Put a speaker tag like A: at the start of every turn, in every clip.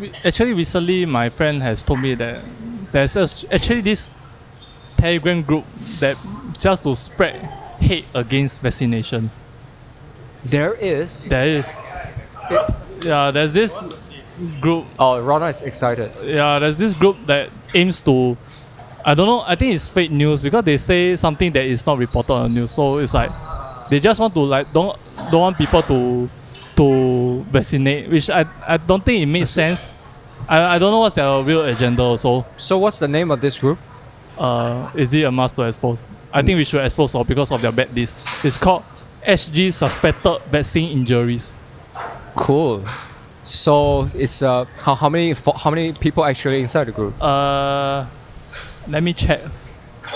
A: we- actually recently my friend has told me that there's a- actually this Telegram group that just to spread hate against vaccination.
B: There is.
A: There is. Yeah, there's this group.
B: Oh, Rana is excited.
A: Yeah, there's this group that aims to. I don't know. I think it's fake news because they say something that is not reported on the news. So it's like they just want to like don't don't want people to to vaccinate, which I I don't think it makes sense. I, I don't know what's their real agenda. Also,
B: So, what's the name of this group?
A: uh, is it a must to expose? I think we should expose all because of their bad deeds. It's called SG suspected vaccine injuries.
B: Cool. So, it's uh, how, how many fo- how many people actually inside the group?
A: Uh, let me check.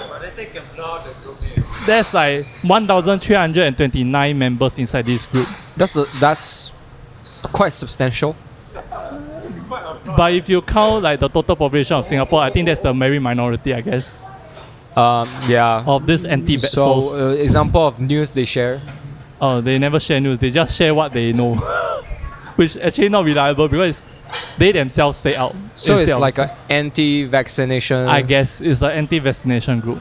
C: But I think I'm not a good name.
A: There's like 1,329 members inside this group.
B: That's a, that's quite substantial.
A: But if you count like the total population of Singapore, I think that's the very minority, I guess,
B: Um, yeah.
A: of this anti
B: so,
A: vaxxers.
B: uh, example of news they share.
A: oh, they never share news. They just share what they know, which actually not reliable because it's, they themselves say out.
B: So
A: instead
B: it's
A: of-
B: like an anti-vaccination.
A: I guess it's an anti-vaccination group.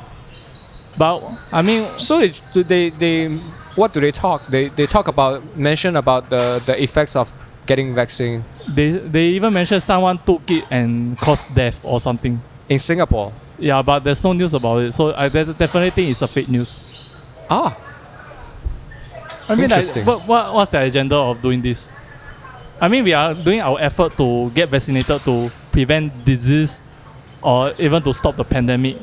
A: But I mean,
B: So they, do they they what do they talk? They they talk about mention about the the effects of getting vaccine
A: they they even mentioned someone took it and caused death or something.
B: in Singapore.
A: Yeah, but there's no news about it, so I de- definitely think it's a fake news.
B: Ah,
A: I mean, like,
B: Interesting.
A: what, what what's the agenda of doing this? I mean, we are doing our effort to get vaccinated to prevent disease, or even to stop the pandemic.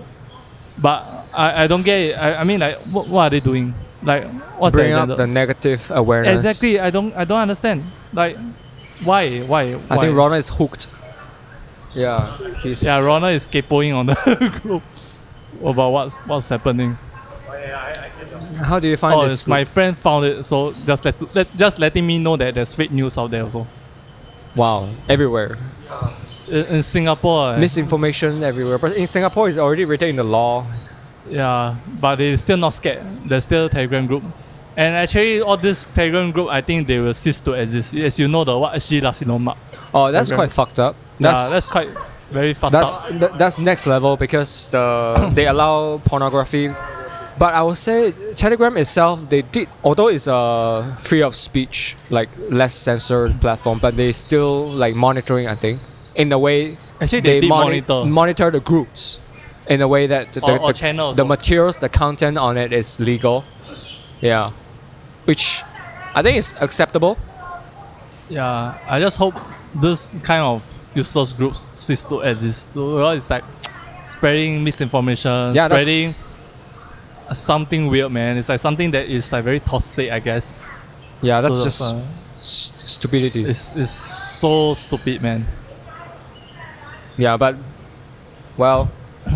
A: But I, I don't get it. I, I mean, like, what, what are they doing? Like, what's
B: bring
A: the
B: up
A: agenda?
B: the negative awareness.
A: exactly. I don't I don't understand. Like, why why?
B: I think
A: why?
B: Rona is hooked. Yeah, he's
A: Yeah, Ronald is capoing on the group about what's what's happening.
B: How do you find
A: Oh,
B: this?
A: it's my friend found it, so just let, let just letting me know that there's fake news out there also
B: wow, everywhere
A: in, in Singapore. eh,
B: misinformation everywhere. But in Singapore, it's already written in the law.
A: yeah, but they're still not scared. There's still Telegram group, and actually all this Telegram group, I think they will cease to exist. As you know, the what actually carcinoma.
B: Oh, that's
A: Okay.
B: quite fucked up.
A: That's
B: That's
A: that's quite very fucked
B: that's
A: up.
B: th- that's next level because the they allow pornography but i would say telegram itself they did although it's a free of speech like less censored platform but they still like monitoring i think in a way
A: Actually, they, did
B: moni-
A: monitor.
B: monitor the groups in a way that the,
A: Or- or
B: the,
A: channels
B: the
A: or-
B: materials the content on it is legal yeah which i think is acceptable
A: Yeah, I just hope this kind of useless groups cease to exist. So, well, It's like spreading misinformation,
B: Yeah, that's-
A: spreading something weird, man. It's like something that is like very toxic, I guess.
B: yeah that's
A: So
B: just
A: why.
B: s- stupidity
A: it's, it's so stupid, man.
B: Yeah, but well,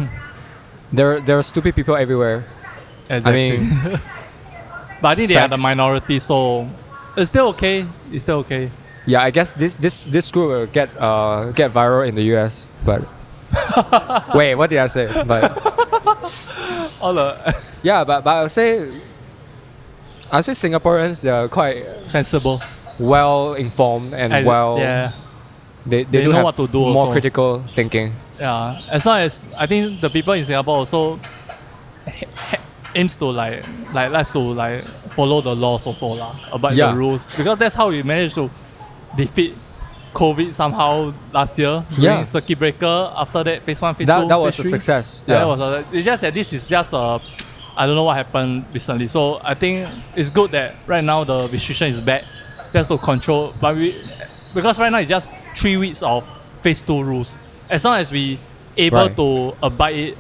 B: there there are stupid people everywhere.
A: Exactly.
B: I mean,
A: but I think they are the
B: facts.
A: minority, so it's still okay. It's still okay.
B: yeah, I guess this this this group will get uh get viral in the U.S. But wait, what did I say? But
A: All the
B: yeah, but but I would say I would say Singaporeans they are quite
A: sensible.
B: well informed and
A: I-
B: well
A: yeah.
B: they, they,
A: they
B: do
A: know
B: have
A: what to do
B: more
A: also.
B: critical thinking.
A: Yeah, as long as I think the people in Singapore also aims to like like likes to like follow the laws also lah, about
B: Yeah.
A: the rules because that's how we managed to defeat COVID somehow last year during
B: Yeah.
A: circuit breaker. After that, phase one, phase two,
B: That, that was
A: phase
B: a
A: three.
B: success.
A: Yeah,
B: Yeah,
A: that was a, it's just that this is just a I don't know what happened recently. So I think it's good that right now the restriction is back just to control. But we because right now it's just three weeks of phase two rules. As long as we able
B: Right.
A: to abide it,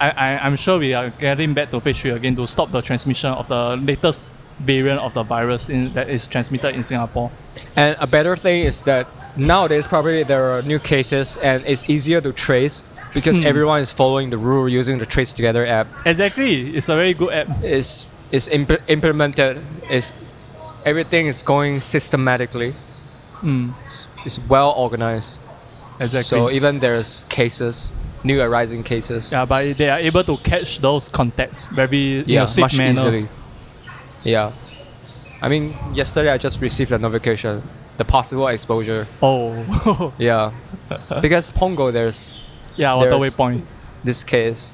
A: I, I I'm sure we are getting back to phase three again to stop the transmission of the latest variant of the virus in, that is transmitted in Singapore.
B: And a better thing is that nowadays probably there are new cases and it's easier to trace because
A: Hmm.
B: everyone is following the rule using the Trace Together app.
A: Exactly, it's a very good app.
B: It's it's imp- implemented. It's everything is going systematically. It's, it's well organized.
A: Hmm. Exactly.
B: So even there's cases, new arising cases.
A: yeah, but they are able to catch those contacts very in a swift
B: much
A: manner.
B: easily. Yeah. I mean, yesterday I just received a notification. the possible exposure.
A: Oh,
B: Yeah, because Pongo there's
A: yeah, waterway
B: There's-
A: point.
B: this case,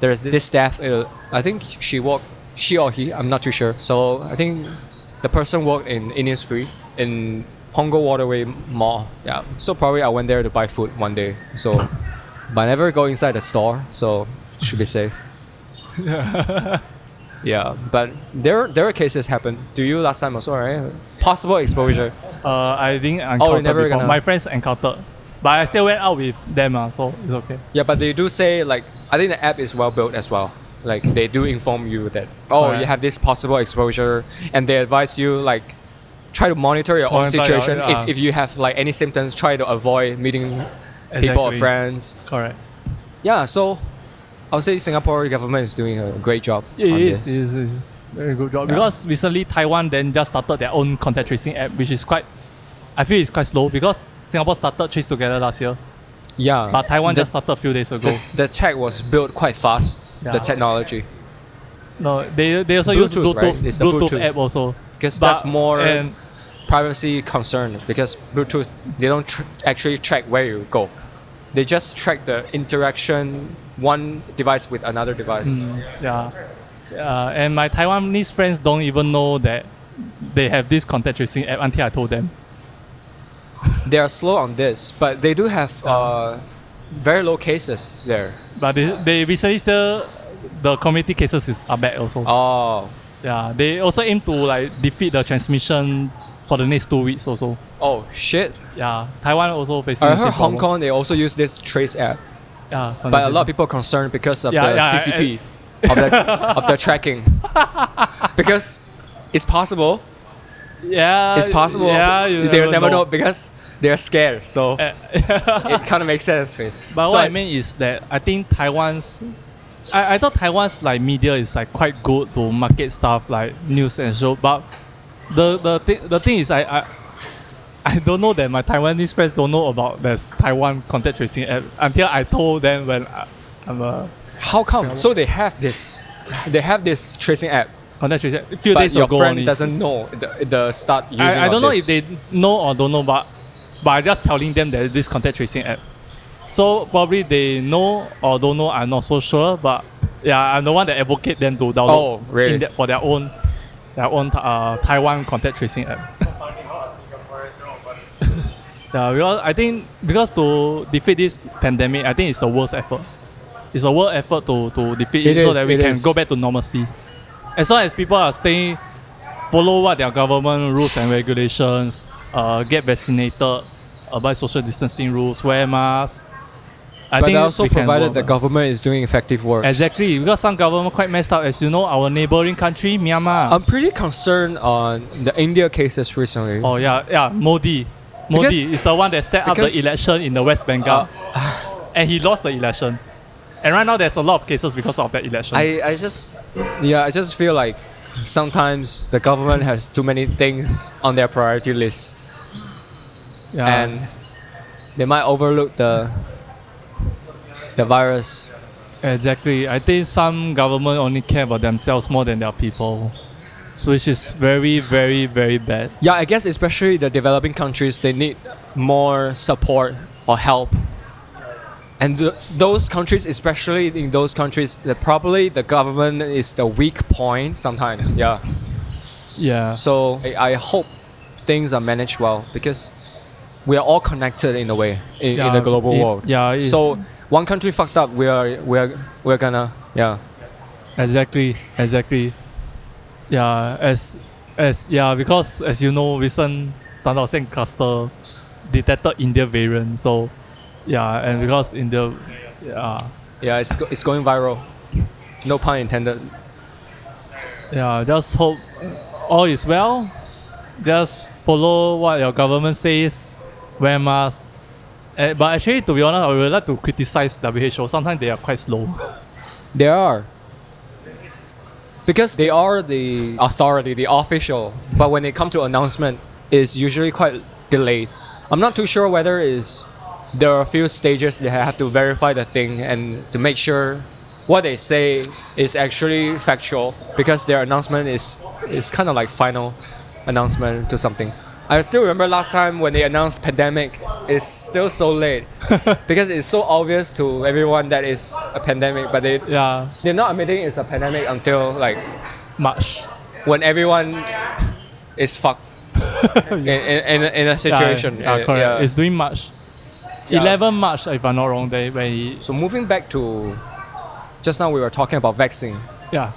B: there's this staff. Uh, I think she worked, she or he. I'm not too sure. So I think the person worked in Innisfree in Pongo Waterway Mall. Yeah. So probably I went there to buy food one day. So, but I never go inside the store. So should be safe. yeah, but there there are cases happen. Do you last time also right? Possible exposure.
A: Uh, I didn't encounter
B: never
A: before.
B: gonna-
A: My friends encountered, but I still went out with them. Uh, so it's okay.
B: Yeah, but they do say like I think the app is well built as well. Like they do inform you that oh
A: Alright.
B: you have this possible exposure, and they advise you like try to monitor your own
A: Monitor your-
B: situation.
A: yeah.
B: If, if you have like any symptoms, try to avoid meeting people or
A: Exactly.
B: friends.
A: Correct.
B: Yeah, so I would say Singapore government is doing a great job.
A: It
B: on
A: is,
B: this.
A: it is, it is. Very good job.
B: Yeah.
A: Because recently Taiwan then just started their own contact tracing app, which is quite. I feel it's quite slow because Singapore started Trace Together last year,
B: Yeah,
A: but Taiwan
B: the,
A: just started a few days ago.
B: the, the tech was built quite fast. The
A: Yeah.
B: technology
A: No, they they also use
B: Bluetooth,
A: Bluetooth
B: right? It's the
A: Bluetooth,
B: Bluetooth.
A: app also.
B: because
A: But-
B: that's more
A: and
B: privacy concern because Bluetooth they don't tr- actually track where you go. They just track the interaction one device with another device.
A: Mm. yeah, uh, and my Taiwanese friends don't even know that they have this contact tracing app until I told them.
B: They are slow on this, but they do have uh, very low cases there.
A: But they, they recently still the community cases is are back also.
B: Oh,
A: Yeah, they also aim to like defeat the transmission for the next two weeks also.
B: oh shit!
A: Yeah, Taiwan also facing.
B: I
A: the same
B: heard Hong
A: problem.
B: Kong they also use this trace app,
A: Yeah,
B: but a lot of people concerned because of
A: Yeah,
B: the
A: yeah, I-
B: CCP of the of the tracking because it's possible.
A: Yeah,
B: It's possible.
A: Yeah, you
B: they'll never know. because they're scared. So
A: Eh.
B: it kind of makes sense. yes.
A: But
B: So
A: what I, mean is that I think Taiwan's, I, I thought Taiwan's like media is like quite good to market stuff like news and show. But the the thing the thing is I, I I don't know that my Taiwanese friends don't know about this Taiwan contact tracing app until I told them when I, I'm a
B: How come? So they have this, they have this tracing app,
A: contact tracing app a few
B: but
A: days
B: your
A: ago
B: friend
A: only.
B: doesn't know the, the start using.
A: I, I
B: of
A: don't know
B: this.
A: if they know or don't know, but but I just telling them that this contact tracing app. So probably they know or don't know. I'm not so sure, but yeah, I'm the one that advocate them to download
B: Oh, really?
A: in their- for their own their own uh, Taiwan contact tracing app.
C: So funny how a Singaporean know about it.
A: Yeah, because I think because to defeat this pandemic, I think it's a world effort. It's a world effort to, to defeat
B: It
A: it, so
B: is,
A: that we
B: it
A: can
B: is.
A: go back to normalcy. As long as people are staying, follow what their government rules and regulations, uh, get vaccinated, abide social distancing rules, wear masks. I
B: But they
A: think
B: also
A: we can
B: provided
A: work
B: the
A: on-
B: government is doing effective work.
A: Exactly, because some government quite messed up, as you know, our neighboring country, Myanmar.
B: I'm pretty concerned on the India cases recently.
A: oh yeah, yeah, Modi. Modi
B: Because-
A: is the one that set up the
B: because- Uh,
A: election in the West Bengal. and he lost the election. And right now, there's a lot of cases because of that election.
B: I, I just yeah I just feel like sometimes the government has too many things on their priority list.
A: yeah.
B: and they might overlook the the virus.
A: exactly, I think some government only care about themselves more than their people, so which is very, very, very bad.
B: Yeah, I guess especially the developing countries, they need more support or help. And th- those countries, especially in those countries, that probably the government is the weak point sometimes. Yeah.
A: Yeah,
B: So I, I hope things are managed well because we are all connected in a way in, in
A: Yeah,
B: the global
A: it-
B: world.
A: yeah, it is.
B: So one country fucked up, we are we are we're gonna yeah.
A: exactly, exactly. Yeah, as as yeah, because as you know, recent Tan Dao Seng cluster detected India variant. So yeah, and because India, yeah.
B: Yeah, it's, go- it's going viral. No pun intended.
A: Yeah, just hope all is well. Just follow what your government says, wear mask. Eh, but actually, to be honest, I would like to criticize WHO. Sometimes they are quite slow.
B: They are. Because they are the authority, the official. But when it comes to announcement, it's usually quite delayed. I'm not too sure whether is there are a few stages they have to verify the thing and to make sure what they say is actually factual because their announcement is is kind of like final announcement to something. I still remember last time when they announced pandemic, it's still so late because it's so obvious to everyone that it's a pandemic, but they
A: Yeah,
B: they're not admitting it's a pandemic until like
A: March.
B: when everyone is fucked in, in, in, a- in a situation.
A: Yeah, yeah,
B: Uh,
A: correct.
B: yeah.
A: It's doing March.
B: Yeah.
A: 11 March, if I'm not wrong, they when he,
B: so moving back to just now, we were talking about vaccine.
A: yeah.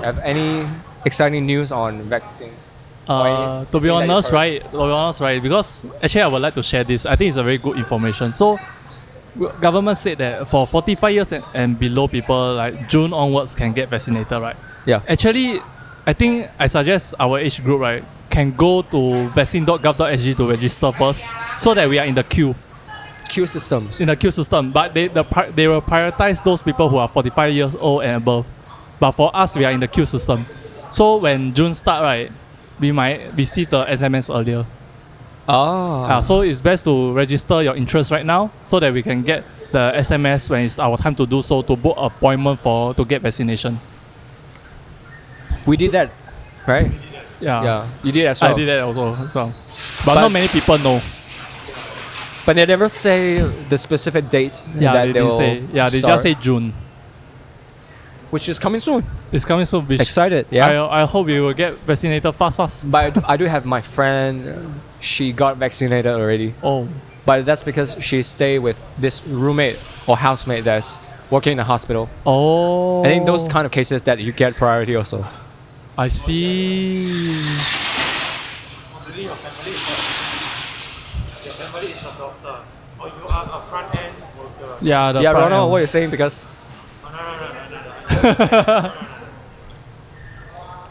B: Have any exciting news on vaccine?
A: Uh, to be
B: Why-
A: honest,
B: why
A: right? To be honest, right? Because actually, I would like to share this. I think it's a very good information. So, w- government said that for 45 years and, and below people, like June onwards, can get vaccinated, right?
B: Yeah.
A: Actually, I think I suggest our age group, right, can go to vaccine.gov.sg to register first, so that we are in the queue,
B: Q systems.
A: in the queue system. But they the pri- they will prioritize those people who are 45 years old and above. But for us, we are in the queue system. So when June start, right, we might receive the SMS earlier.
B: Ah.
A: Ah, so it's best to register your interest right now so that we can get the SMS when it's our time to do so to book appointment for to get vaccination.
B: we did that, right?
A: Yeah.
B: yeah, you did as well.
A: I did that also. So. But,
B: But-
A: not many people know.
B: But they never say the specific date
A: Yeah,
B: that
A: they
B: they
A: didn't
B: will
A: say. Yeah, they
B: start,
A: just say June.
B: which is coming soon.
A: It's coming soon, bitch.
B: Excited, yeah.
A: I, uh, I hope we will get vaccinated fast, fast.
B: but I do, I do have my friend. She got vaccinated already,
A: Oh,
B: but that's because she stay with this roommate or housemate that's working in the hospital.
A: oh.
B: I think those kind of cases that you get priority also.
A: I see.
C: Already your family is a, your family is a doctor, or you are a front end worker.
A: Yeah. The um,
B: yeah, I
A: front
B: don't know
A: end.
B: what you're saying because
C: Oh, no, no, no, no, no, no.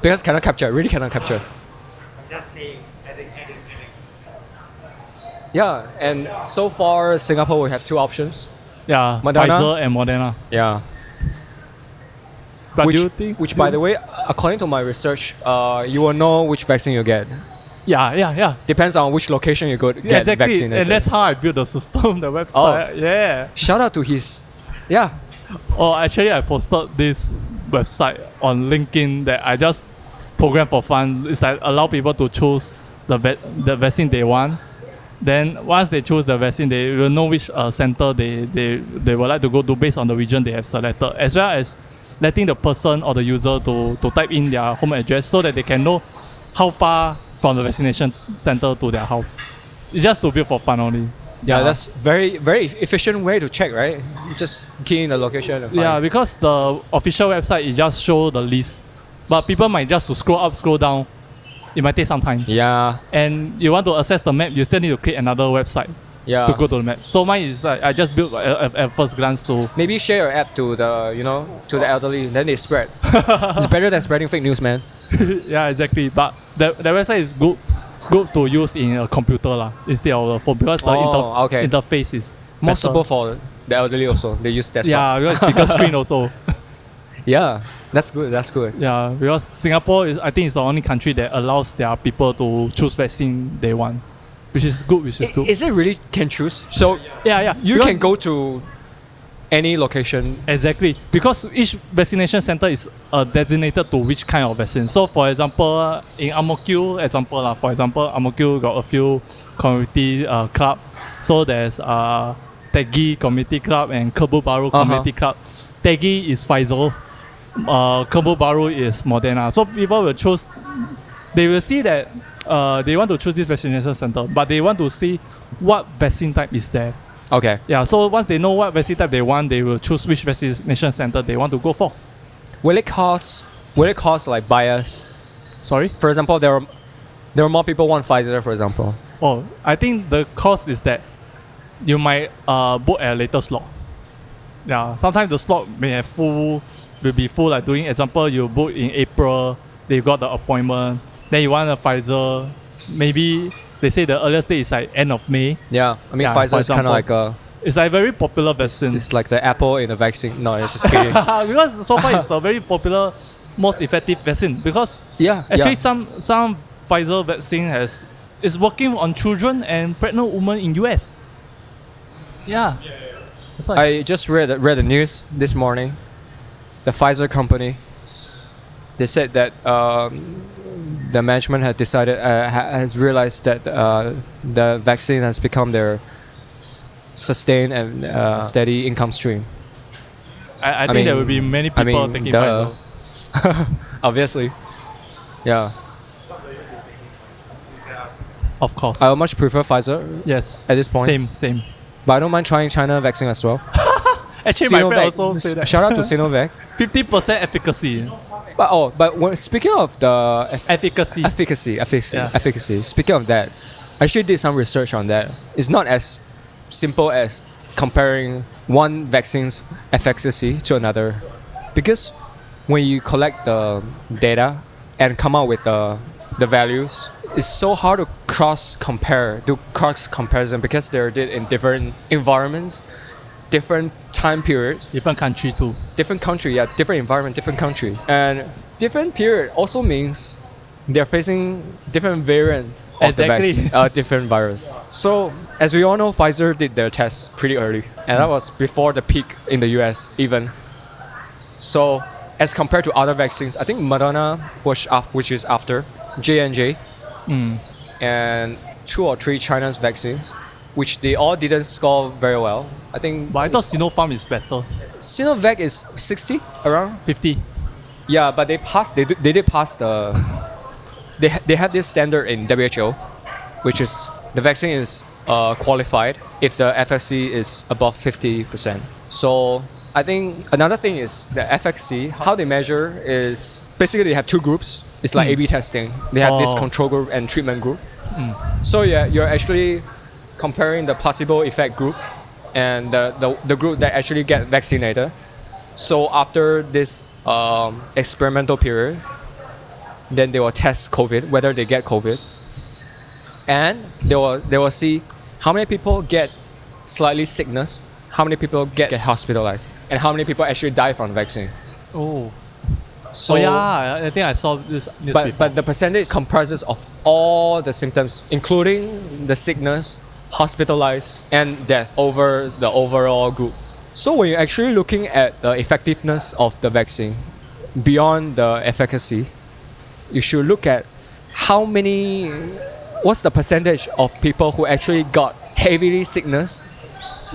B: because cannot capture, really cannot capture.
C: I'm just saying, adding, adding, adding.
B: Yeah, and so far Singapore we have two options.
A: Yeah.
B: Moderna?
A: Pfizer and Moderna.
B: Yeah,
A: But
B: which,
A: do you think?
B: which by the way, according to my research, uh, you will know which vaccine you get.
A: Yeah. Yeah. Yeah.
B: Depends on which location you go to get
A: Yeah, exactly.
B: vaccinated. Oh.
A: And that's how I built the system, the website. Yeah.
B: Shout out to his, yeah,
A: Oh, actually, I posted this website on LinkedIn that I just program for fun. It's like allow people to choose the va- the vaccine they want. Then once they choose the vaccine, they will know which uh, center they, they they would like to go to based on the region they have selected, as well as letting the person or the user to, to type in their home address so that they can know how far from the vaccination center to their house. It's just to build for fun only.
B: yeah. that's very very efficient way to check, right? You just key in the location. And find.
A: Yeah, because the official website it just show the list, but people might just to scroll up, scroll down. It might take some time,
B: yeah,
A: and you want to access the map, you still need to create another website
B: yeah.
A: to go to the map. So mine is like I just built at, at- at first glance to
B: Maybe share your app to the you know to the elderly, then they spread. it's better than spreading fake news, man.
A: yeah exactly. But the the website is good good to use in a computer lah instead of the phone because the
B: Oh,
A: interf-
B: okay.
A: interface is
B: More
A: better.
B: suitable for the elderly also. They use desktop.
A: Yeah, because bigger screen also.
B: Yeah, yeah. That's good. That's good.
A: Yeah, because Singapore is I think it's the only country that allows their people to choose vaccine they want, which is good. Which is
B: I-
A: good.
B: Is it really can choose? So
A: Yeah, yeah.
B: you
A: Because-
B: can go to any location.
A: exactly because each vaccination center is uh, designated to which kind of vaccine. So, for example, uh, in Amokyo, example lah. For example, Amokyo got a few community uh, club. So there's uh, Tegi Community Club and Kebu Baru
B: Uh-huh.
A: Community Club. Tegi is Pfizer. Uh, Kebu Baru is Moderna. So people will choose. They will see that uh, they want to choose this vaccination center, but they want to see what vaccine type is there.
B: Okay.
A: Yeah, so once they know what vaccine type they want, they will choose which vaccination center they want to go for.
B: Will it cause? Will it cause like bias?
A: Sorry?
B: for example, there are there are more people want Pfizer, for example.
A: Oh, I think the cost is that you might uh, book at a later slot. Yeah, sometimes the slot may have full, will be full. Like doing example, you book in April, they got the appointment. Then you want a Pfizer, maybe they say the earliest date is like end of May.
B: Yeah, I mean
A: Yeah, for
B: Pfizer is
A: example.
B: kind of like a
A: It's like very popular vaccine.
B: it's like the apple in a vaccine. No, it's just kidding.
A: because so far it's the very popular, most effective vaccine. Because
B: yeah,
A: Actually,
B: yeah.
A: some some Pfizer vaccine has is working on children and pregnant women in US. Yeah. That's why.
B: I just read read the news this morning. The Pfizer company, they said that um, the management had decided uh, ha- has realized that uh, the vaccine has become their sustained and uh, steady income stream.
A: I, I, think there
B: mean-
A: will be many
B: I
A: people
B: mean,
A: taking
B: duh.
A: part. though.
B: Obviously, yeah.
A: Of course.
B: I would much prefer Pfizer,
A: yes.
B: Um, at this point-
A: Same, same.
B: but I don't mind trying China vaccine as well.
A: Actually, my friend
B: Sinovac-
A: also said that.
B: Shout out to Sinovac.
A: Fifty percent efficacy.
B: But oh, but when, speaking of the eff-
A: Efficacy.
B: efficacy, efficacy,
A: Yeah.
B: efficacy. Speaking of that, I actually did some research on that. It's not as simple as comparing one vaccine's efficacy to another, because when you collect the data and come out with the the values, it's so hard to cross compare, do cross comparison because they're did in different environments, different time periods
A: Different country too.
B: different country, yeah, different environment, different country. And different period also means they're facing different variants of
A: Exactly.
B: the vaccine, uh, different virus. So, as we all know, Pfizer did their test pretty early, and that was before the peak in the US even. So, as compared to other vaccines, I think Moderna, which, af- which is after, J&J,
A: Mm.
B: and two or three China's vaccines, which they all didn't score very well. I think
A: But I thought
B: it's-
A: Sinopharm is better.
B: Sinovac is 60 around.
A: Fifty.
B: Yeah, but they passed. They, do, they did pass the. They ha- they have this standard in WHO, which is the vaccine is uh, qualified if the FSC is above fifty percent. So I think another thing is the FXC. How they measure is basically they have two groups. It's like
A: Mm.
B: A/B testing. They have this
A: Oh.
B: control group and treatment group. So yeah, you're actually comparing the placebo effect group and the, the, the group that actually get vaccinated. So after this um, experimental period, then they will test COVID whether they get COVID, and they will they will see how many people get slightly sickness, how many people get, get hospitalized, and how many people actually die from the vaccine.
A: Oh.
B: So
A: oh yeah, I I think I saw this news
B: but,
A: before.
B: but the percentage comprises of all the symptoms, including the sickness, hospitalized, and death over the overall group. So when you're actually looking at the effectiveness of the vaccine, beyond the efficacy, you should look at how many, what's the percentage of people who actually got heavily sickness,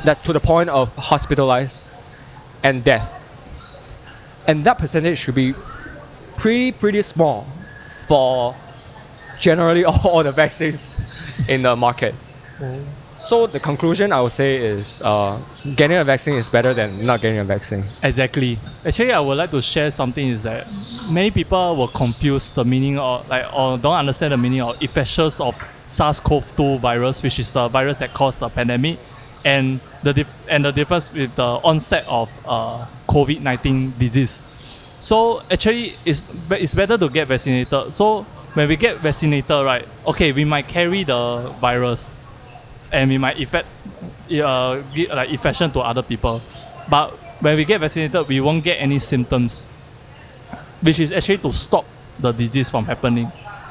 B: that to the point of hospitalized, and death. And that percentage should be pretty pretty small for generally all, all the vaccines in the market. So the conclusion I would say is uh, getting a vaccine is better than not getting a vaccine.
A: Exactly. Actually, I would like to share something is that many people were confused the meaning or like or don't understand the meaning or effects of SARS-CoV-2 virus, which is the virus that caused the pandemic, and the dif- and the difference with the onset of uh, COVID-19 disease. So actually, it's be- it's better to get vaccinated. So when we get vaccinated, right? Okay, we might carry the virus, and we might effect, uh, gi- like infection to other people. But when we get vaccinated, we won't get any symptoms, which is actually to stop the disease from happening,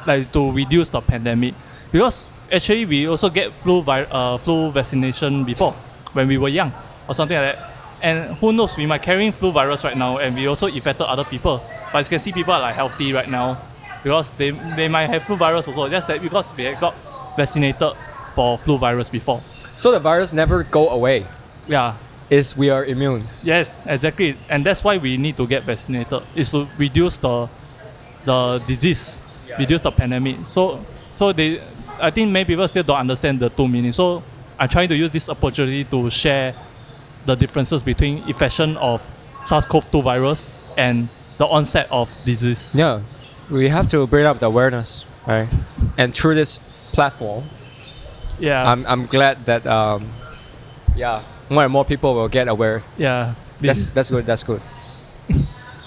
A: like to reduce the pandemic. Because actually, we also get flu vi- uh, flu vaccination before when we were young or something like that. And who knows, we might carrying flu virus right now, and we also affected other people. But as you can see, people are like healthy right now because they, they might have flu virus also. Just that because we had got vaccinated for flu virus before.
B: So the virus never go away.
A: Yeah,
B: Is we are immune.
A: Yes, exactly, and that's why we need to get vaccinated. Is to reduce the the disease, reduce the pandemic. So so they, I think many people still don't understand the two meanings. So I'm trying to use this opportunity to share the differences between infection of SARS-CoV-2 virus and the onset of disease.
B: Yeah, we have to bring up the awareness, right? And through this platform,
A: Yeah,
B: I'm, I'm glad that um, yeah, more and more people will get aware
A: yeah. This,
B: That's that's good. That's good.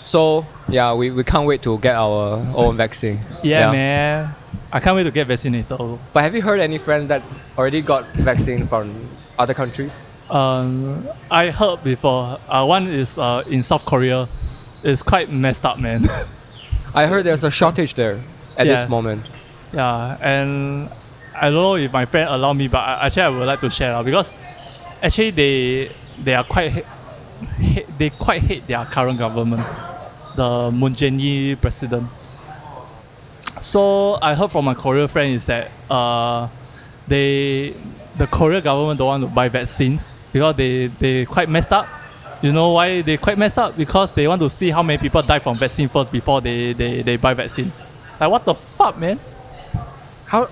B: So yeah, we, we can't wait to get our own vaccine.
A: yeah, man. I can't wait to get vaccinated.
B: But have you heard any friend that already got vaccine from other country?
A: Um, I heard before. Uh, one is uh, in South Korea. It's quite messed up, man.
B: I heard there's a shortage there at this
A: Yeah.
B: moment.
A: yeah, and I don't know if my friend allow me, but I, actually I would like to share lah, because actually they they are quite ha- ha- they quite hate their current government, the Moon Jae-in president. So I heard from my Korean friend is that uh, they the Korean government don't want to buy vaccines because they they quite messed up. You know why they quite messed up? Because they want to see how many people die from vaccine first before they, they, they buy vaccine. Like what the fuck, man?
B: How?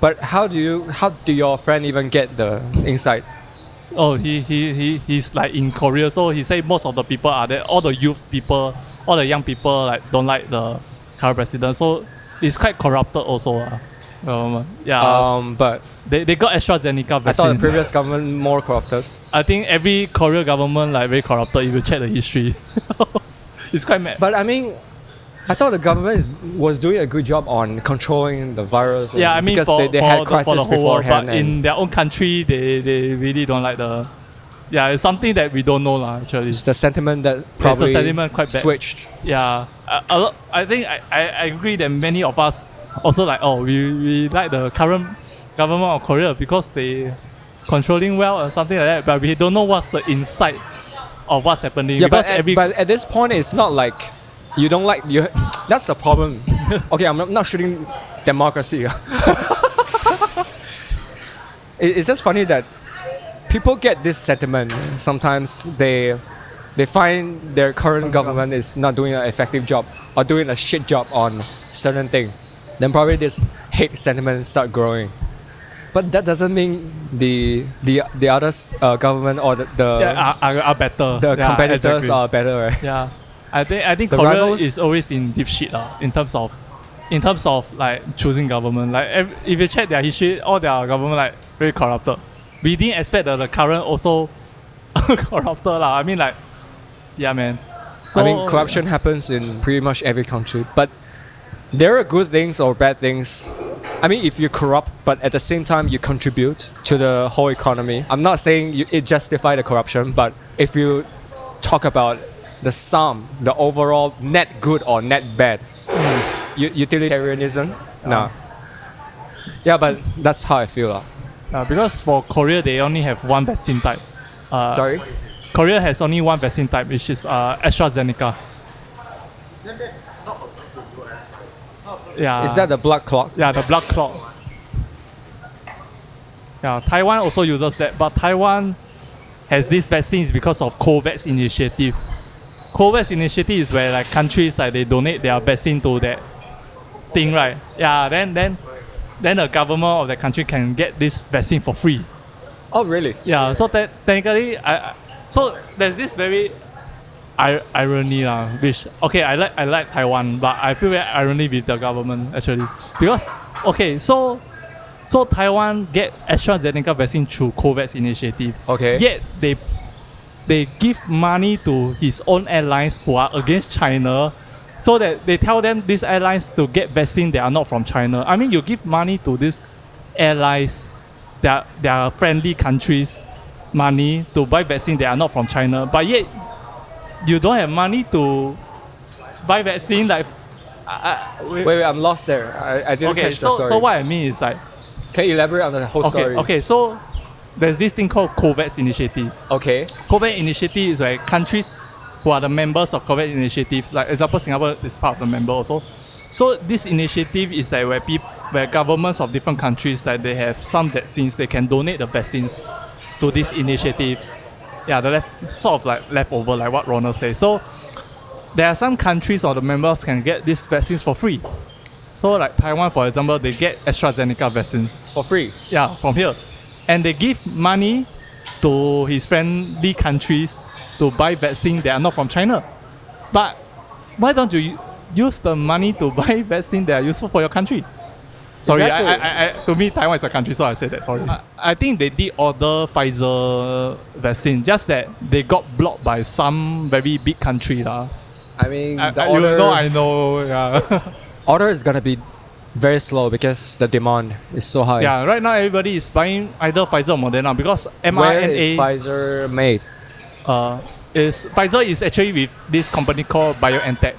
B: But how do you? How do your friend even get the insight?
A: Oh, he, he, he he's like in Korea, so he said most of the people are there. All the youth people, all the young people like don't like the current president, so it's quite corrupted also. ah. Um, yeah,
B: Um, but
A: they, they got AstraZeneca
B: I
A: vaccine.
B: thought the previous government more corrupted.
A: I think every Korean government like very corrupted. If you check the history, it's quite mad.
B: But I mean, I thought the government is, was doing a good job on controlling the virus.
A: yeah,
B: and-
A: I mean
B: because
A: for,
B: they, they
A: for
B: had
A: the, for the
B: crisis
A: whole world,
B: beforehand.
A: but
B: And
A: in their own country, they, they really don't like the. Yeah, it's something that we don't know lah. Actually,
B: it's the sentiment that probably
A: sentiment quite bad.
B: switched.
A: yeah, a, a lot, I think I, I, I agree that many of us also like oh we, we like the current government of Korea because they controlling well or something like that, but we don't know what's the insight of what's happening
B: Yeah,
A: because
B: but at,
A: every
B: but at this point, it's not like you don't like you. That's the problem. okay, I'm not- not shooting democracy. It- it's just funny that people get this sentiment. Sometimes they they find their current government is not doing an effective job or doing a shit job on certain thing. Then probably this hate sentiment start growing. But that doesn't mean the the the other uh, government or the, the
A: yeah, uh, are, are, are better.
B: the
A: Yeah,
B: competitors
A: exactly.
B: are better, right?
A: Yeah, I think I think
B: The
A: Korea
B: rivals-
A: is always in deep shit lah, in terms of in terms of like choosing government. Like ev- if you check their history, all their government like very corrupted. We didn't expect that the current also corrupted lah. I mean like yeah man. So,
B: I mean, corruption happens in pretty much every country, but there are good things or bad things. I mean, if you corrupt, but at the same time you contribute to the whole economy. I'm not saying you, it justify the corruption, but if you talk about the sum, the overall net good or net bad,
A: Hmm.
B: u- utilitarianism, no. Yeah, but that's how I feel. lah.
A: yeah. Uh, because for Korea they only have one vaccine type. Uh,
B: Sorry.
A: Korea has only one vaccine type, which is uh, AstraZeneca.
C: Isn't that not a from US? Right? It's not a
A: Yeah.
B: Is that the blood clot?
A: Yeah, the blood clot. Yeah, Taiwan also uses that, but Taiwan has these vaccines because of COVAX initiative. COVAX initiative is where like countries like they donate their vaccine to that thing, right? Yeah, then then then the government of the country can get this vaccine for free.
B: Oh, really?
A: Yeah, so te- technically, I, I so there's this very ir- irony lah. Which okay, I like I like Taiwan, but I feel very irony with the government actually because okay, so so Taiwan get AstraZeneca vaccine through COVAX initiative,
B: Okay.
A: yet they they give money to his own airlines who are against China. So that they tell them these airlines to get vaccine that are not from China. I mean, you give money to these airlines their their friendly countries money to buy vaccine that are not from China, but yet you don't have money to buy vaccine like. I, I, wait,
B: Wait, wait, I'm lost there. I, I didn't
A: okay,
B: catch the
A: so
B: story.
A: so what I mean is like
B: Can you elaborate on the whole
A: okay,
B: story?
A: okay, so there's this thing called COVAX initiative.
B: Okay.
A: COVAX initiative is where countries who are the members of COVAX initiative, like example Singapore is part of the member also. So this initiative is like where people, where governments of different countries that they have some vaccines, they can donate the vaccines to this initiative. Yeah, the left sort of like leftover, like what Ronald says. So there are some countries or the members can get these vaccines for free. So like Taiwan, for example, they get AstraZeneca vaccines
B: For free.
A: yeah, from here. And they give money to his friendly countries to buy vaccine that are not from China. But why don't you use the money to buy vaccine that are useful for your country? Sorry, I-
B: Exactly.
A: I, I, I, to me, Taiwan is a country, so I said that. Sorry. I, I think they did order Pfizer vaccine, just that they got blocked by some very big country. lah.
B: I mean,
A: I,
B: the
A: I, Uh, you
B: order,
A: know, I know. Yeah.
B: order is gonna be very slow because the demand is so high.
A: yeah, right now everybody is buying either Pfizer or Moderna because mRNA.
B: Where is Pfizer made?
A: uh, is Pfizer is actually with this company called BioNTech.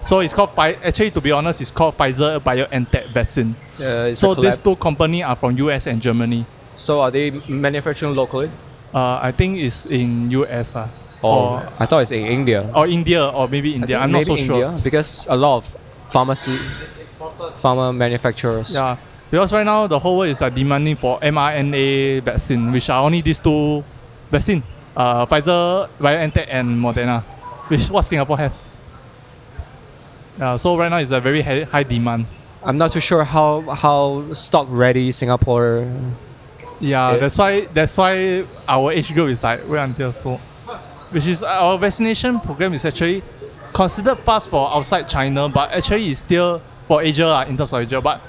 A: So it's called Pfi- actually to be honest, it's called Pfizer BioNTech vaccine.
B: Uh, it's a
A: so these
B: collab.
A: two company are from US and Germany.
B: So are they manufacturing locally?
A: Uh, I think it's in US ah,
B: Oh, I thought it's in India.
A: or or India or maybe India. Oh, I'm not so sure.
B: because a lot of pharmacy, pharma manufacturers.
A: Yeah, because right now the whole world is like demanding for mRNA vaccine, which are only these two vaccine, uh, Pfizer, BioNTech, and Moderna, which what Singapore have. Yeah, so right now it's a very high, high demand.
B: I'm not too sure how how stock ready Singapore.
A: Yeah,
B: Yes.
A: that's why that's why our age group is like wait until so, which is uh, our vaccination program is actually considered fast for outside China, but actually it's still for Asia uh, in terms of Asia. But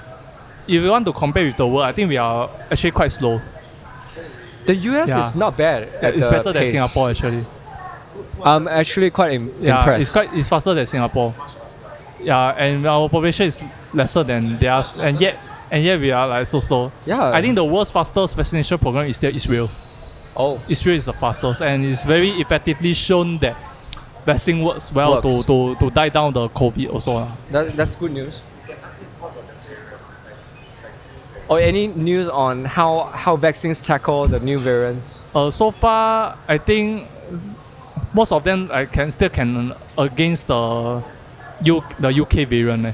A: if you want to compare with the world, I think we are actually quite slow.
B: The US
A: Yeah.
B: is not bad.
A: Yeah,
B: at
A: it's
B: the
A: better than
B: pace.
A: Singapore actually.
B: I'm actually quite Im-
A: Yeah,
B: impressed.
A: it's quite it's faster than Singapore. Yeah, and our population is lesser than theirs, and yet and yet we are like so slow.
B: yeah,
A: I think the world's fastest vaccination program is still Israel.
B: Oh,
A: Israel is the fastest, and it's very effectively shown that vaccine works well to,
B: Works.
A: to, to die down the COVID also. lah.
B: that, that's good news. Or Oh, any news on how how vaccines tackle the new variant?
A: Uh, so far, I think most of them I can still can against the U, the UK variant. eh.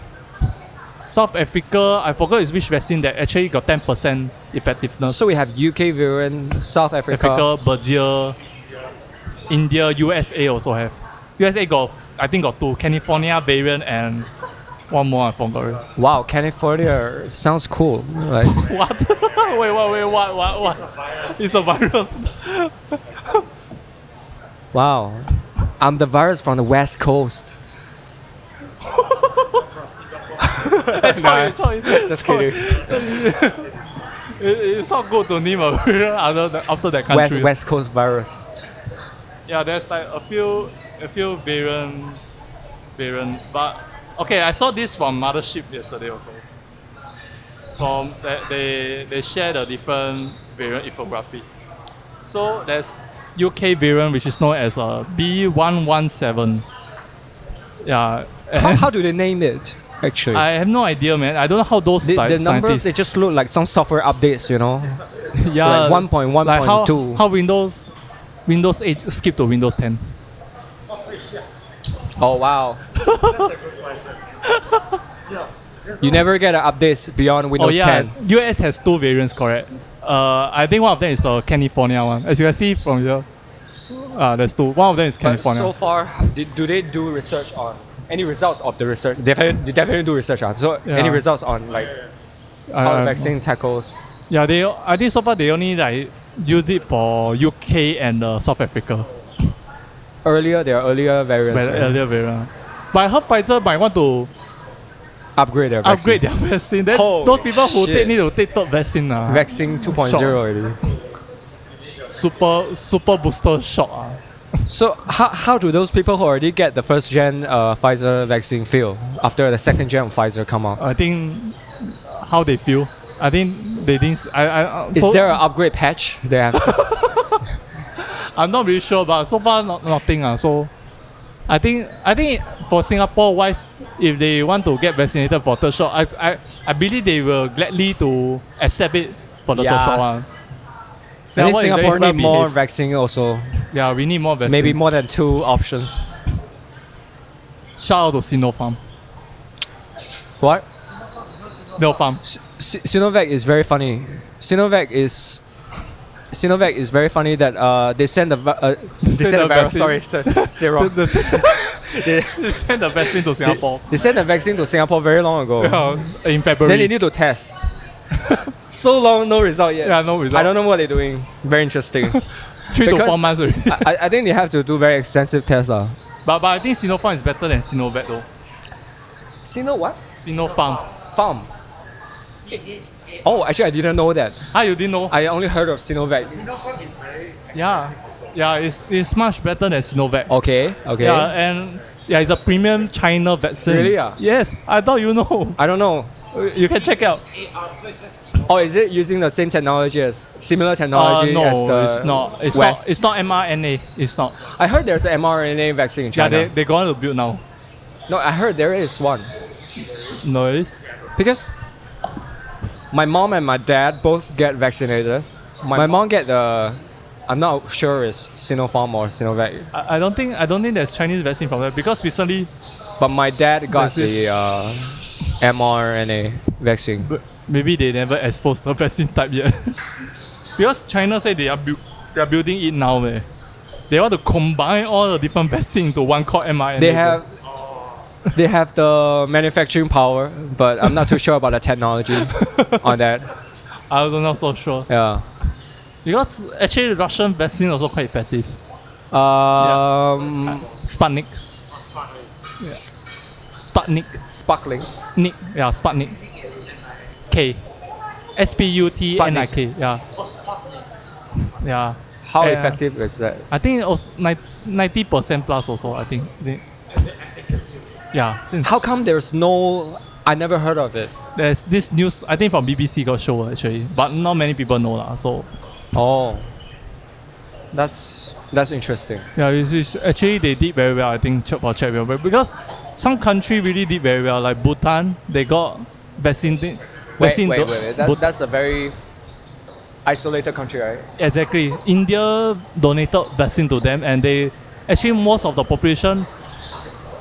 A: South Africa, I forgot is which vaccine that actually got ten percent effectiveness.
B: So we have UK variant, South Africa.
A: Africa, Brazil, India, USA also have. USA got I think got two California variant and one more I forgot. already.
B: Wow, California sounds cool. Like,
A: What? wait, what, wait, what, what, what? It's a virus.
B: wow, I'm the virus from the west coast.
A: Sorry, sorry.
B: Just kidding.
A: It, it's not good to name a variant other than, after that
B: West
A: country.
B: West Coast virus.
A: Yeah, there's like a few, a few variant, variant. But okay, I saw this from Mothership yesterday also. From that they they share the different variant infography. So there's UK variant which is known as uh, B117. Yeah,
B: How, how do they name it? Actually,
A: I have no idea, man. I don't know how those
B: the,
A: like,
B: the numbers
A: scientists.
B: they just look like some software updates. You know,
A: yeah,
B: like one point one
A: like
B: point
A: how,
B: two.
A: how Windows Windows 8 skip to Windows 10.
B: Oh wow. you never get an updates beyond Windows
A: oh yeah,
B: 10.
A: US has two variants, correct? Uh, I think one of them is the California one. As you can see from here, uh, there's two. One of them is
B: But
A: California.
B: so far, do, do they do research on any results of the research? They definitely, they definitely do research on. So
A: Yeah.
B: any results on like
A: I-
B: how the
A: I-
B: vaccine tackles?
A: Uh, Yeah, they. I think so far they only like use it for UK and uh, South Africa.
B: Earlier, there are earlier variants.
A: but
B: right?
A: earlier variant. But I heard Pfizer might want to
B: upgrade their vaccine.
A: upgrade their vaccine. Then
B: Holy
A: those people who
B: shit.
A: take need to take third vaccine. Uh,
B: Vaccine 2.0
A: Sure.
B: already.
A: super super booster shot. Uh.
B: So how, how do those people who already get the first gen uh, Pfizer vaccine feel after the second gen of Pfizer come out?
A: I think how they feel. I think they didn't. s- I. I- I-
B: Is
A: so-
B: there an upgrade patch? They have.
A: I'm not really sure, but so far not, nothing. Uh. So I think I think for Singapore wise, if they want to get vaccinated for third shot, I I, I believe they will gladly to accept it for the third
B: Yeah.
A: shot ah. one.
B: I think Singapore need more
A: vaccine.
B: vaccine also.
A: Yeah, we need more vaccine.
B: Maybe more than two options.
A: shout out to Sinopharm.
B: What?
A: Sinopharm.
B: S- S- Sinovac is very funny. Sinovac is Sinovac is very funny that uh, they send the vi- uh, they send
A: the
B: the virus.
A: vaccine.
B: Sorry, sorry, say
A: They,
B: wrong.
A: they send- they send the vaccine to Singapore
B: They sent the vaccine to Singapore very long ago.
A: uh, in February.
B: Then they need to test. so long, no result yet.
A: yeah, no, result.
B: I don't know what they're doing. Very interesting.
A: three to
B: because-
A: four months already.
B: I, I- I think they have to do very extensive tests. Uh.
A: but, but I think Sinopharm is better than Sinovac though.
B: Sino what?
A: Sinopharm.
B: Farm. Oh, actually, I didn't know that.
A: Ah, you didn't know?
B: I only heard of Sinovac.
A: Yeah, yeah, it's, it's much better than Sinovac.
B: Okay, okay.
A: Yeah, and yeah, it's a premium China vaccine.
B: Really, ah?
A: Yes, I thought you know.
B: I don't know.
A: You can check out.
B: Oh, is it using the same technology as similar
A: Uh,
B: technology
A: no,
B: as the
A: it's not. It's
B: West?
A: not. It's not mRNA. It's not.
B: I heard there's an mRNA vaccine in
A: Yeah,
B: China.
A: they they going to build now.
B: no, I heard there is one
A: No, it's
B: because my mom and my dad both get vaccinated. My, mom get the I'm not sure it's Sinopharm or Sinovac.
A: I, I don't think I don't think there's Chinese vaccine from that because recently
B: But my dad got
A: There's
B: the uh, mRNA vaccine.
A: But maybe they never exposed the vaccine type yet. because China said they are build, they are building it now. Eh. They want to combine all the different vaccine into one called mRNA.
B: They have they have the manufacturing power, but I'm not too sure about the technology on that.
A: I'm not so sure
B: Yeah.
A: because actually Russian vaccine also quite effective.
B: Um,
A: Sputnik, Sputnik,
B: Sparkling.
A: Nick, yeah, Sputnik. K, S P U T N I K, yeah, yeah.
B: How
A: Yeah.
B: effective is that?
A: I think it was ninety percent plus also. I think. They, yeah, since
B: How come there's no? I never heard of it.
A: there's this news I think from BBC got show actually, but not many people know lah. So
B: Oh, that's that's interesting.
A: yeah, it's, it's- actually they did very well. I think ch- for check well but because some country really did very well, like Bhutan, they got vaccine. Thing, vaccine do- Bhut-
B: that's a very isolated country, right?
A: exactly. India donated vaccine to them, and they actually most of the population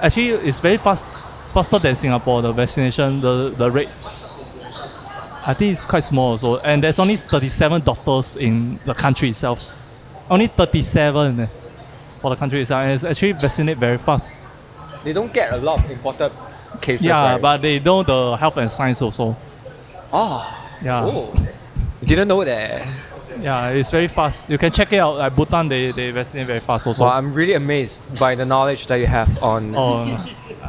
A: actually it's very fast, faster than Singapore. The vaccination, the the rate. I think it's quite small also, and there's only 37 doctors in the country itself. Only 37 eh, for the country itself, and it's actually vaccinate very fast.
B: They don't get a lot of imported cases.
A: yeah,
B: right?
A: but they know the health and science also.
B: oh,
A: Yeah,
B: oh, didn't know that.
A: yeah, it's very fast. You can check it out. Like Bhutan, they, they vaccinate very fast also.
B: So I'm really amazed by the knowledge that you have on
A: Oh,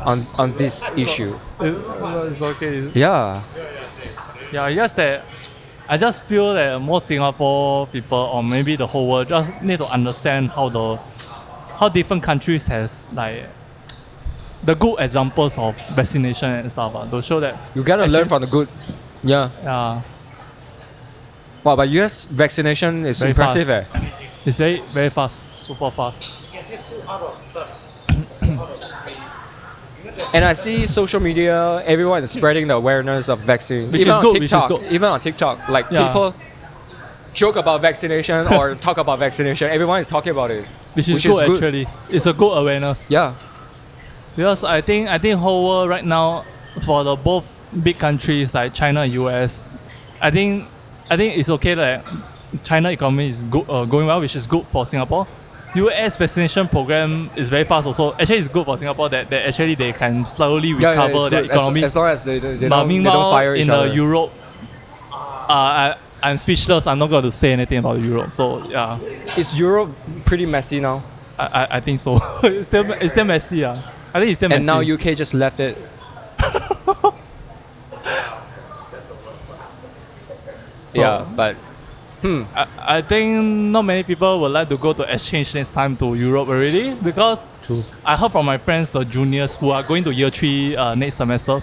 B: on on this issue.
A: it's okay.
B: Yeah,
A: Yeah, it's just that I just feel that more Singapore people or maybe the whole world just need to understand how the how different countries has like the good examples of vaccination and stuff uh, to show that
B: you gotta learn from the good. Yeah.
A: yeah
B: Wow, but U.S. vaccination is
A: Very
B: impressive. Eh?
A: it's very very fast, super fast.
B: And I see social media, everyone is spreading the awareness of vaccine.
A: Which
B: even
A: is
B: on
A: good, which is
B: TikTok,
A: good.
B: even on TikTok, like
A: Yeah.
B: people joke about vaccination or talk about vaccination. Everyone is talking about it.
A: Which is,
B: Which
A: good,
B: is good.
A: actually. It's a good awareness.
B: Yeah,
A: Because I think I think whole world right now for the both big countries like China and US, I think I think it's okay that China economy is go, uh, going well, which is good for Singapore. US vaccination program is very fast also. Actually, it's good for Singapore that, that actually they can slowly
B: yeah, yeah,
A: recover
B: it's
A: their
B: good. As-
A: economy.
B: As, long as they, they, they,
A: but
B: don't, they
A: meanwhile,
B: don't fire
A: in
B: each
A: the
B: other.
A: Europe, uh, I, I'm speechless. I'm not going to say anything about Europe. So yeah,
B: is Europe pretty messy now?
A: I, I, I think so. it's still it's still messy. Yeah. I think it's still
B: And
A: messy.
B: now UK just left it. yeah, but
A: uh, I, I think not many people would like to go to exchange next time to Europe already because
B: True.
A: I heard from my friends, the juniors who are going to year three uh, next semester.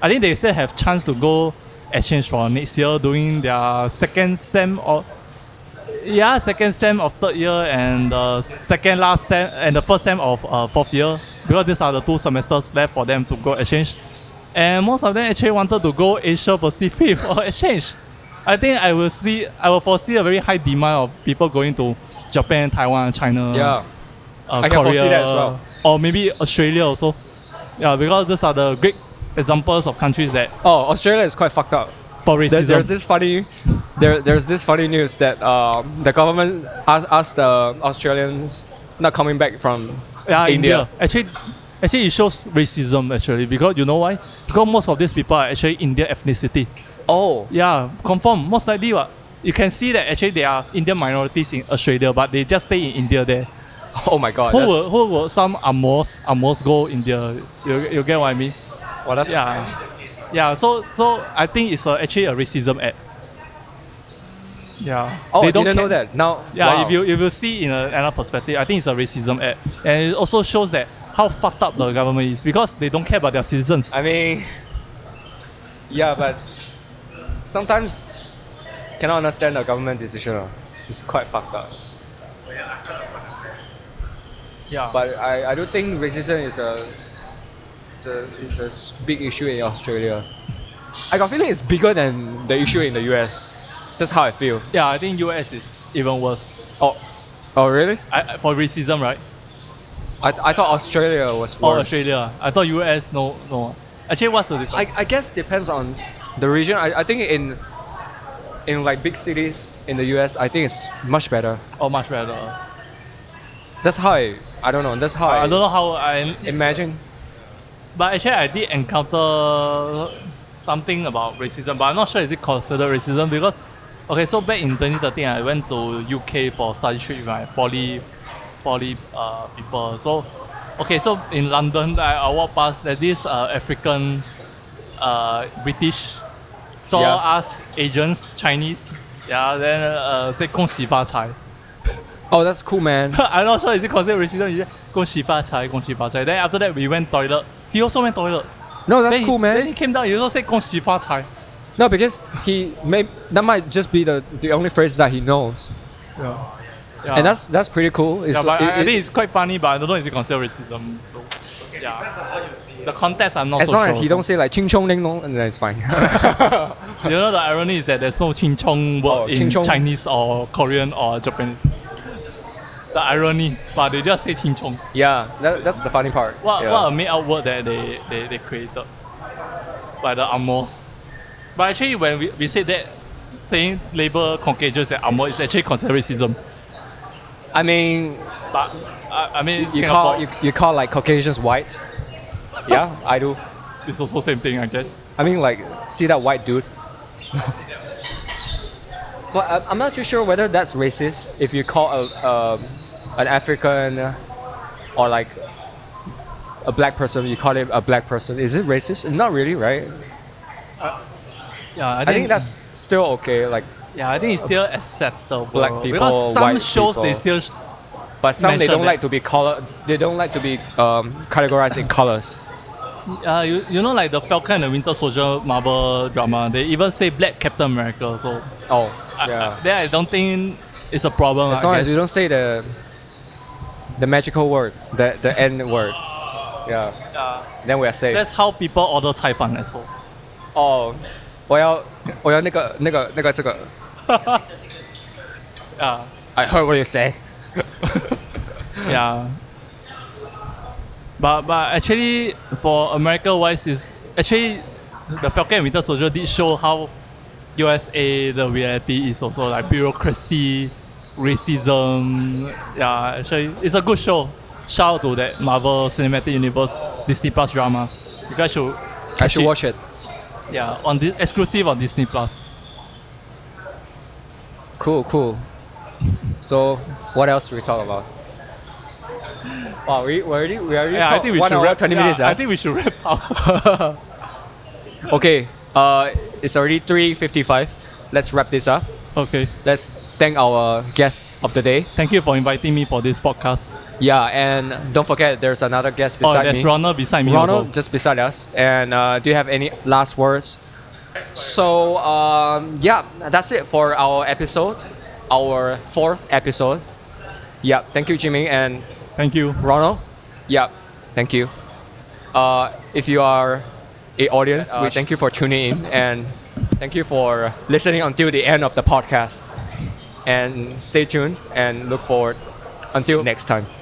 A: I think they still have chance to go exchange for next year doing their second sem or yeah second sem of third year and the second last sem and the first sem of uh, fourth year because these are the two semesters left for them to go exchange. And most of them actually wanted to go Asia Pacific for exchange. I think I will see I will foresee a very high demand of people going to Japan, Taiwan, China,
B: yeah,
A: uh,
B: I can
A: Korea,
B: foresee that as well.
A: or maybe Australia also. Yeah, because these are the great examples of countries that
B: Oh, Australia is quite fucked up.
A: for
B: There,
A: racism.
B: there's this funny, there, there's this funny news that um, the government asked, asked the Australians not coming back from
A: yeah, India.
B: India.
A: Actually, actually, it shows racism actually because you know why? Because most of these people are actually Indian ethnicity.
B: oh
A: Yeah, confirm. Most likely, what you can see that actually there are Indian minorities in Australia, but they just stay in India there.
B: oh my god
A: Who
B: that's,
A: will, who will some Amos Amos go India? You, you get what I mean?
B: wow, that's
A: Yeah, yeah. So so I think it's a, actually a racism act. Yeah.
B: oh I
A: don't
B: didn't
A: care-
B: know that now
A: Yeah,
B: wow.
A: if you if you see in a, another perspective, I think it's a racism act, and it also shows that how fucked up the government is because they don't care about their citizens.
B: I mean yeah but sometimes cannot understand the government decision ah. it's quite fucked up
C: Oh,
A: yeah.
B: but I, I don't think racism is a it's a, it's a s- big issue in Australia I got feeling it's bigger than the issue in the US just how I feel
A: yeah, I think US is even worse.
B: Oh, oh really?
A: I, I- for racism, right?
B: I, I thought Australia was
A: Or
B: worse.
A: Oh, Australia. I thought US no no. Actually what's the difference?
B: I, I guess depends on the region. I, I think in in like big cities in the US, I think it's much better.
A: oh much better.
B: That's how I, I don't know. That's how I,
A: I don't know how I
B: imagine.
A: But actually, I did encounter something about racism, but I'm not sure is it considered racism because, okay, so back in 2013, I went to UK for study trip with my poly, poly uh, people. So, okay, so in London, I, I walked past that this uh, African, uh, British, saw
B: Yeah.
A: us Asians, Chinese, yeah, then uh, say 恭喜发财.
B: Oh, that's cool, man.
A: I'm not sure is it considered racism. Is it 恭喜发财,恭喜发财. Then after that, we went toilet. He also went toilet.
B: No, that's
A: Then he-
B: cool,
A: Then
B: man.
A: he came down. He also said 恭喜发财.
B: No, because he may that might just be the, the only phrase that he knows,
A: Yeah.
B: and that's that's pretty cool. It's,
A: yeah, but I, I
B: it-
A: think
B: it-
A: it's quite funny, but I don't know if it's considered racism. Yeah.
C: Depends on how you see it.
A: The context I'm not
B: as
A: so
B: long
A: sure.
B: as he don't say like ching chong ling long, and then it's fine.
A: also. You know the irony is that there's no ching chong word
B: Oh,
A: in
B: ching chong.
A: Chinese or Korean or Japanese. The irony, but they just say ching chong.
B: yeah, that, that's the funny part.
A: What,
B: yeah.
A: what a made out word that they, they, they created by the Amos. But actually, when we, we said that, saying label Caucasians and Amos is actually considered racism.
B: I mean,
A: But I, I mean,
B: you
A: Singapore,
B: call you, you call like Caucasians white. yeah, I do.
A: It's also same thing, I guess.
B: I mean, like, see that white dude. but I, I'm not too sure whether that's racist if you call a, um an African or like a black person, you call him a black person. Is it racist? Not really, right?
A: Yeah, I
B: I think that's still okay. Like,
A: yeah, I think it's still acceptable.
B: Black people,
A: because some
B: white
A: shows they
B: people.
A: still sh-
B: but some they
A: Mention
B: don't
A: that.
B: like to be color. They don't like to be um, categorized in colors.
A: uh, you, you know like the Falcon and the Winter Soldier Marvel drama. They even say Black Captain America. So
B: Oh,
A: I-
B: yeah.
A: I, there I don't think it's a problem.
B: as
A: I
B: long
A: guess.
B: as you don't say the the magical word, the the N word. Yeah,
A: Yeah.
B: then we are safe. Oh.
A: that's how people order 菜饭 as well.
B: 哦，我要我要那个那个那个这个。
A: Yeah,
B: I heard what you said.
A: yeah. But but actually for America wise is actually the Falcon and Winter Soldier did show how USA the reality is also like bureaucracy, racism. Yeah, actually it's a good show. Shout out to that Marvel Cinematic Universe Disney Plus drama. You guys should
B: I should
A: Actually-
B: watch it.
A: yeah on this exclusive on Disney Plus.
B: Cool, cool. So, what else we talk about? Wow, we, we already we already
A: Yeah, I
B: talk
A: think we
B: one
A: should
B: hour,
A: wrap.
B: twenty
A: yeah,
B: minutes.
A: I
B: ah.
A: think we should wrap up.
B: okay, uh, it's already three fifty-five. Let's wrap this up.
A: okay.
B: Let's thank our guest of the day.
A: Thank you for inviting me for this podcast.
B: Yeah, and don't forget there's another guest beside
A: oh, there's
B: me.
A: Ronald beside me.
B: Ronald,
A: also.
B: just beside us. And uh, do you have any last words? So um, yeah, that's it for our episode, our fourth episode. Yeah, thank you, Jimmy and
A: Thank you.
B: Ronald. Yeah, thank you. Uh, if you are a audience, we thank you for tuning in and thank you for listening until the end of the podcast. And stay tuned and look forward until next time.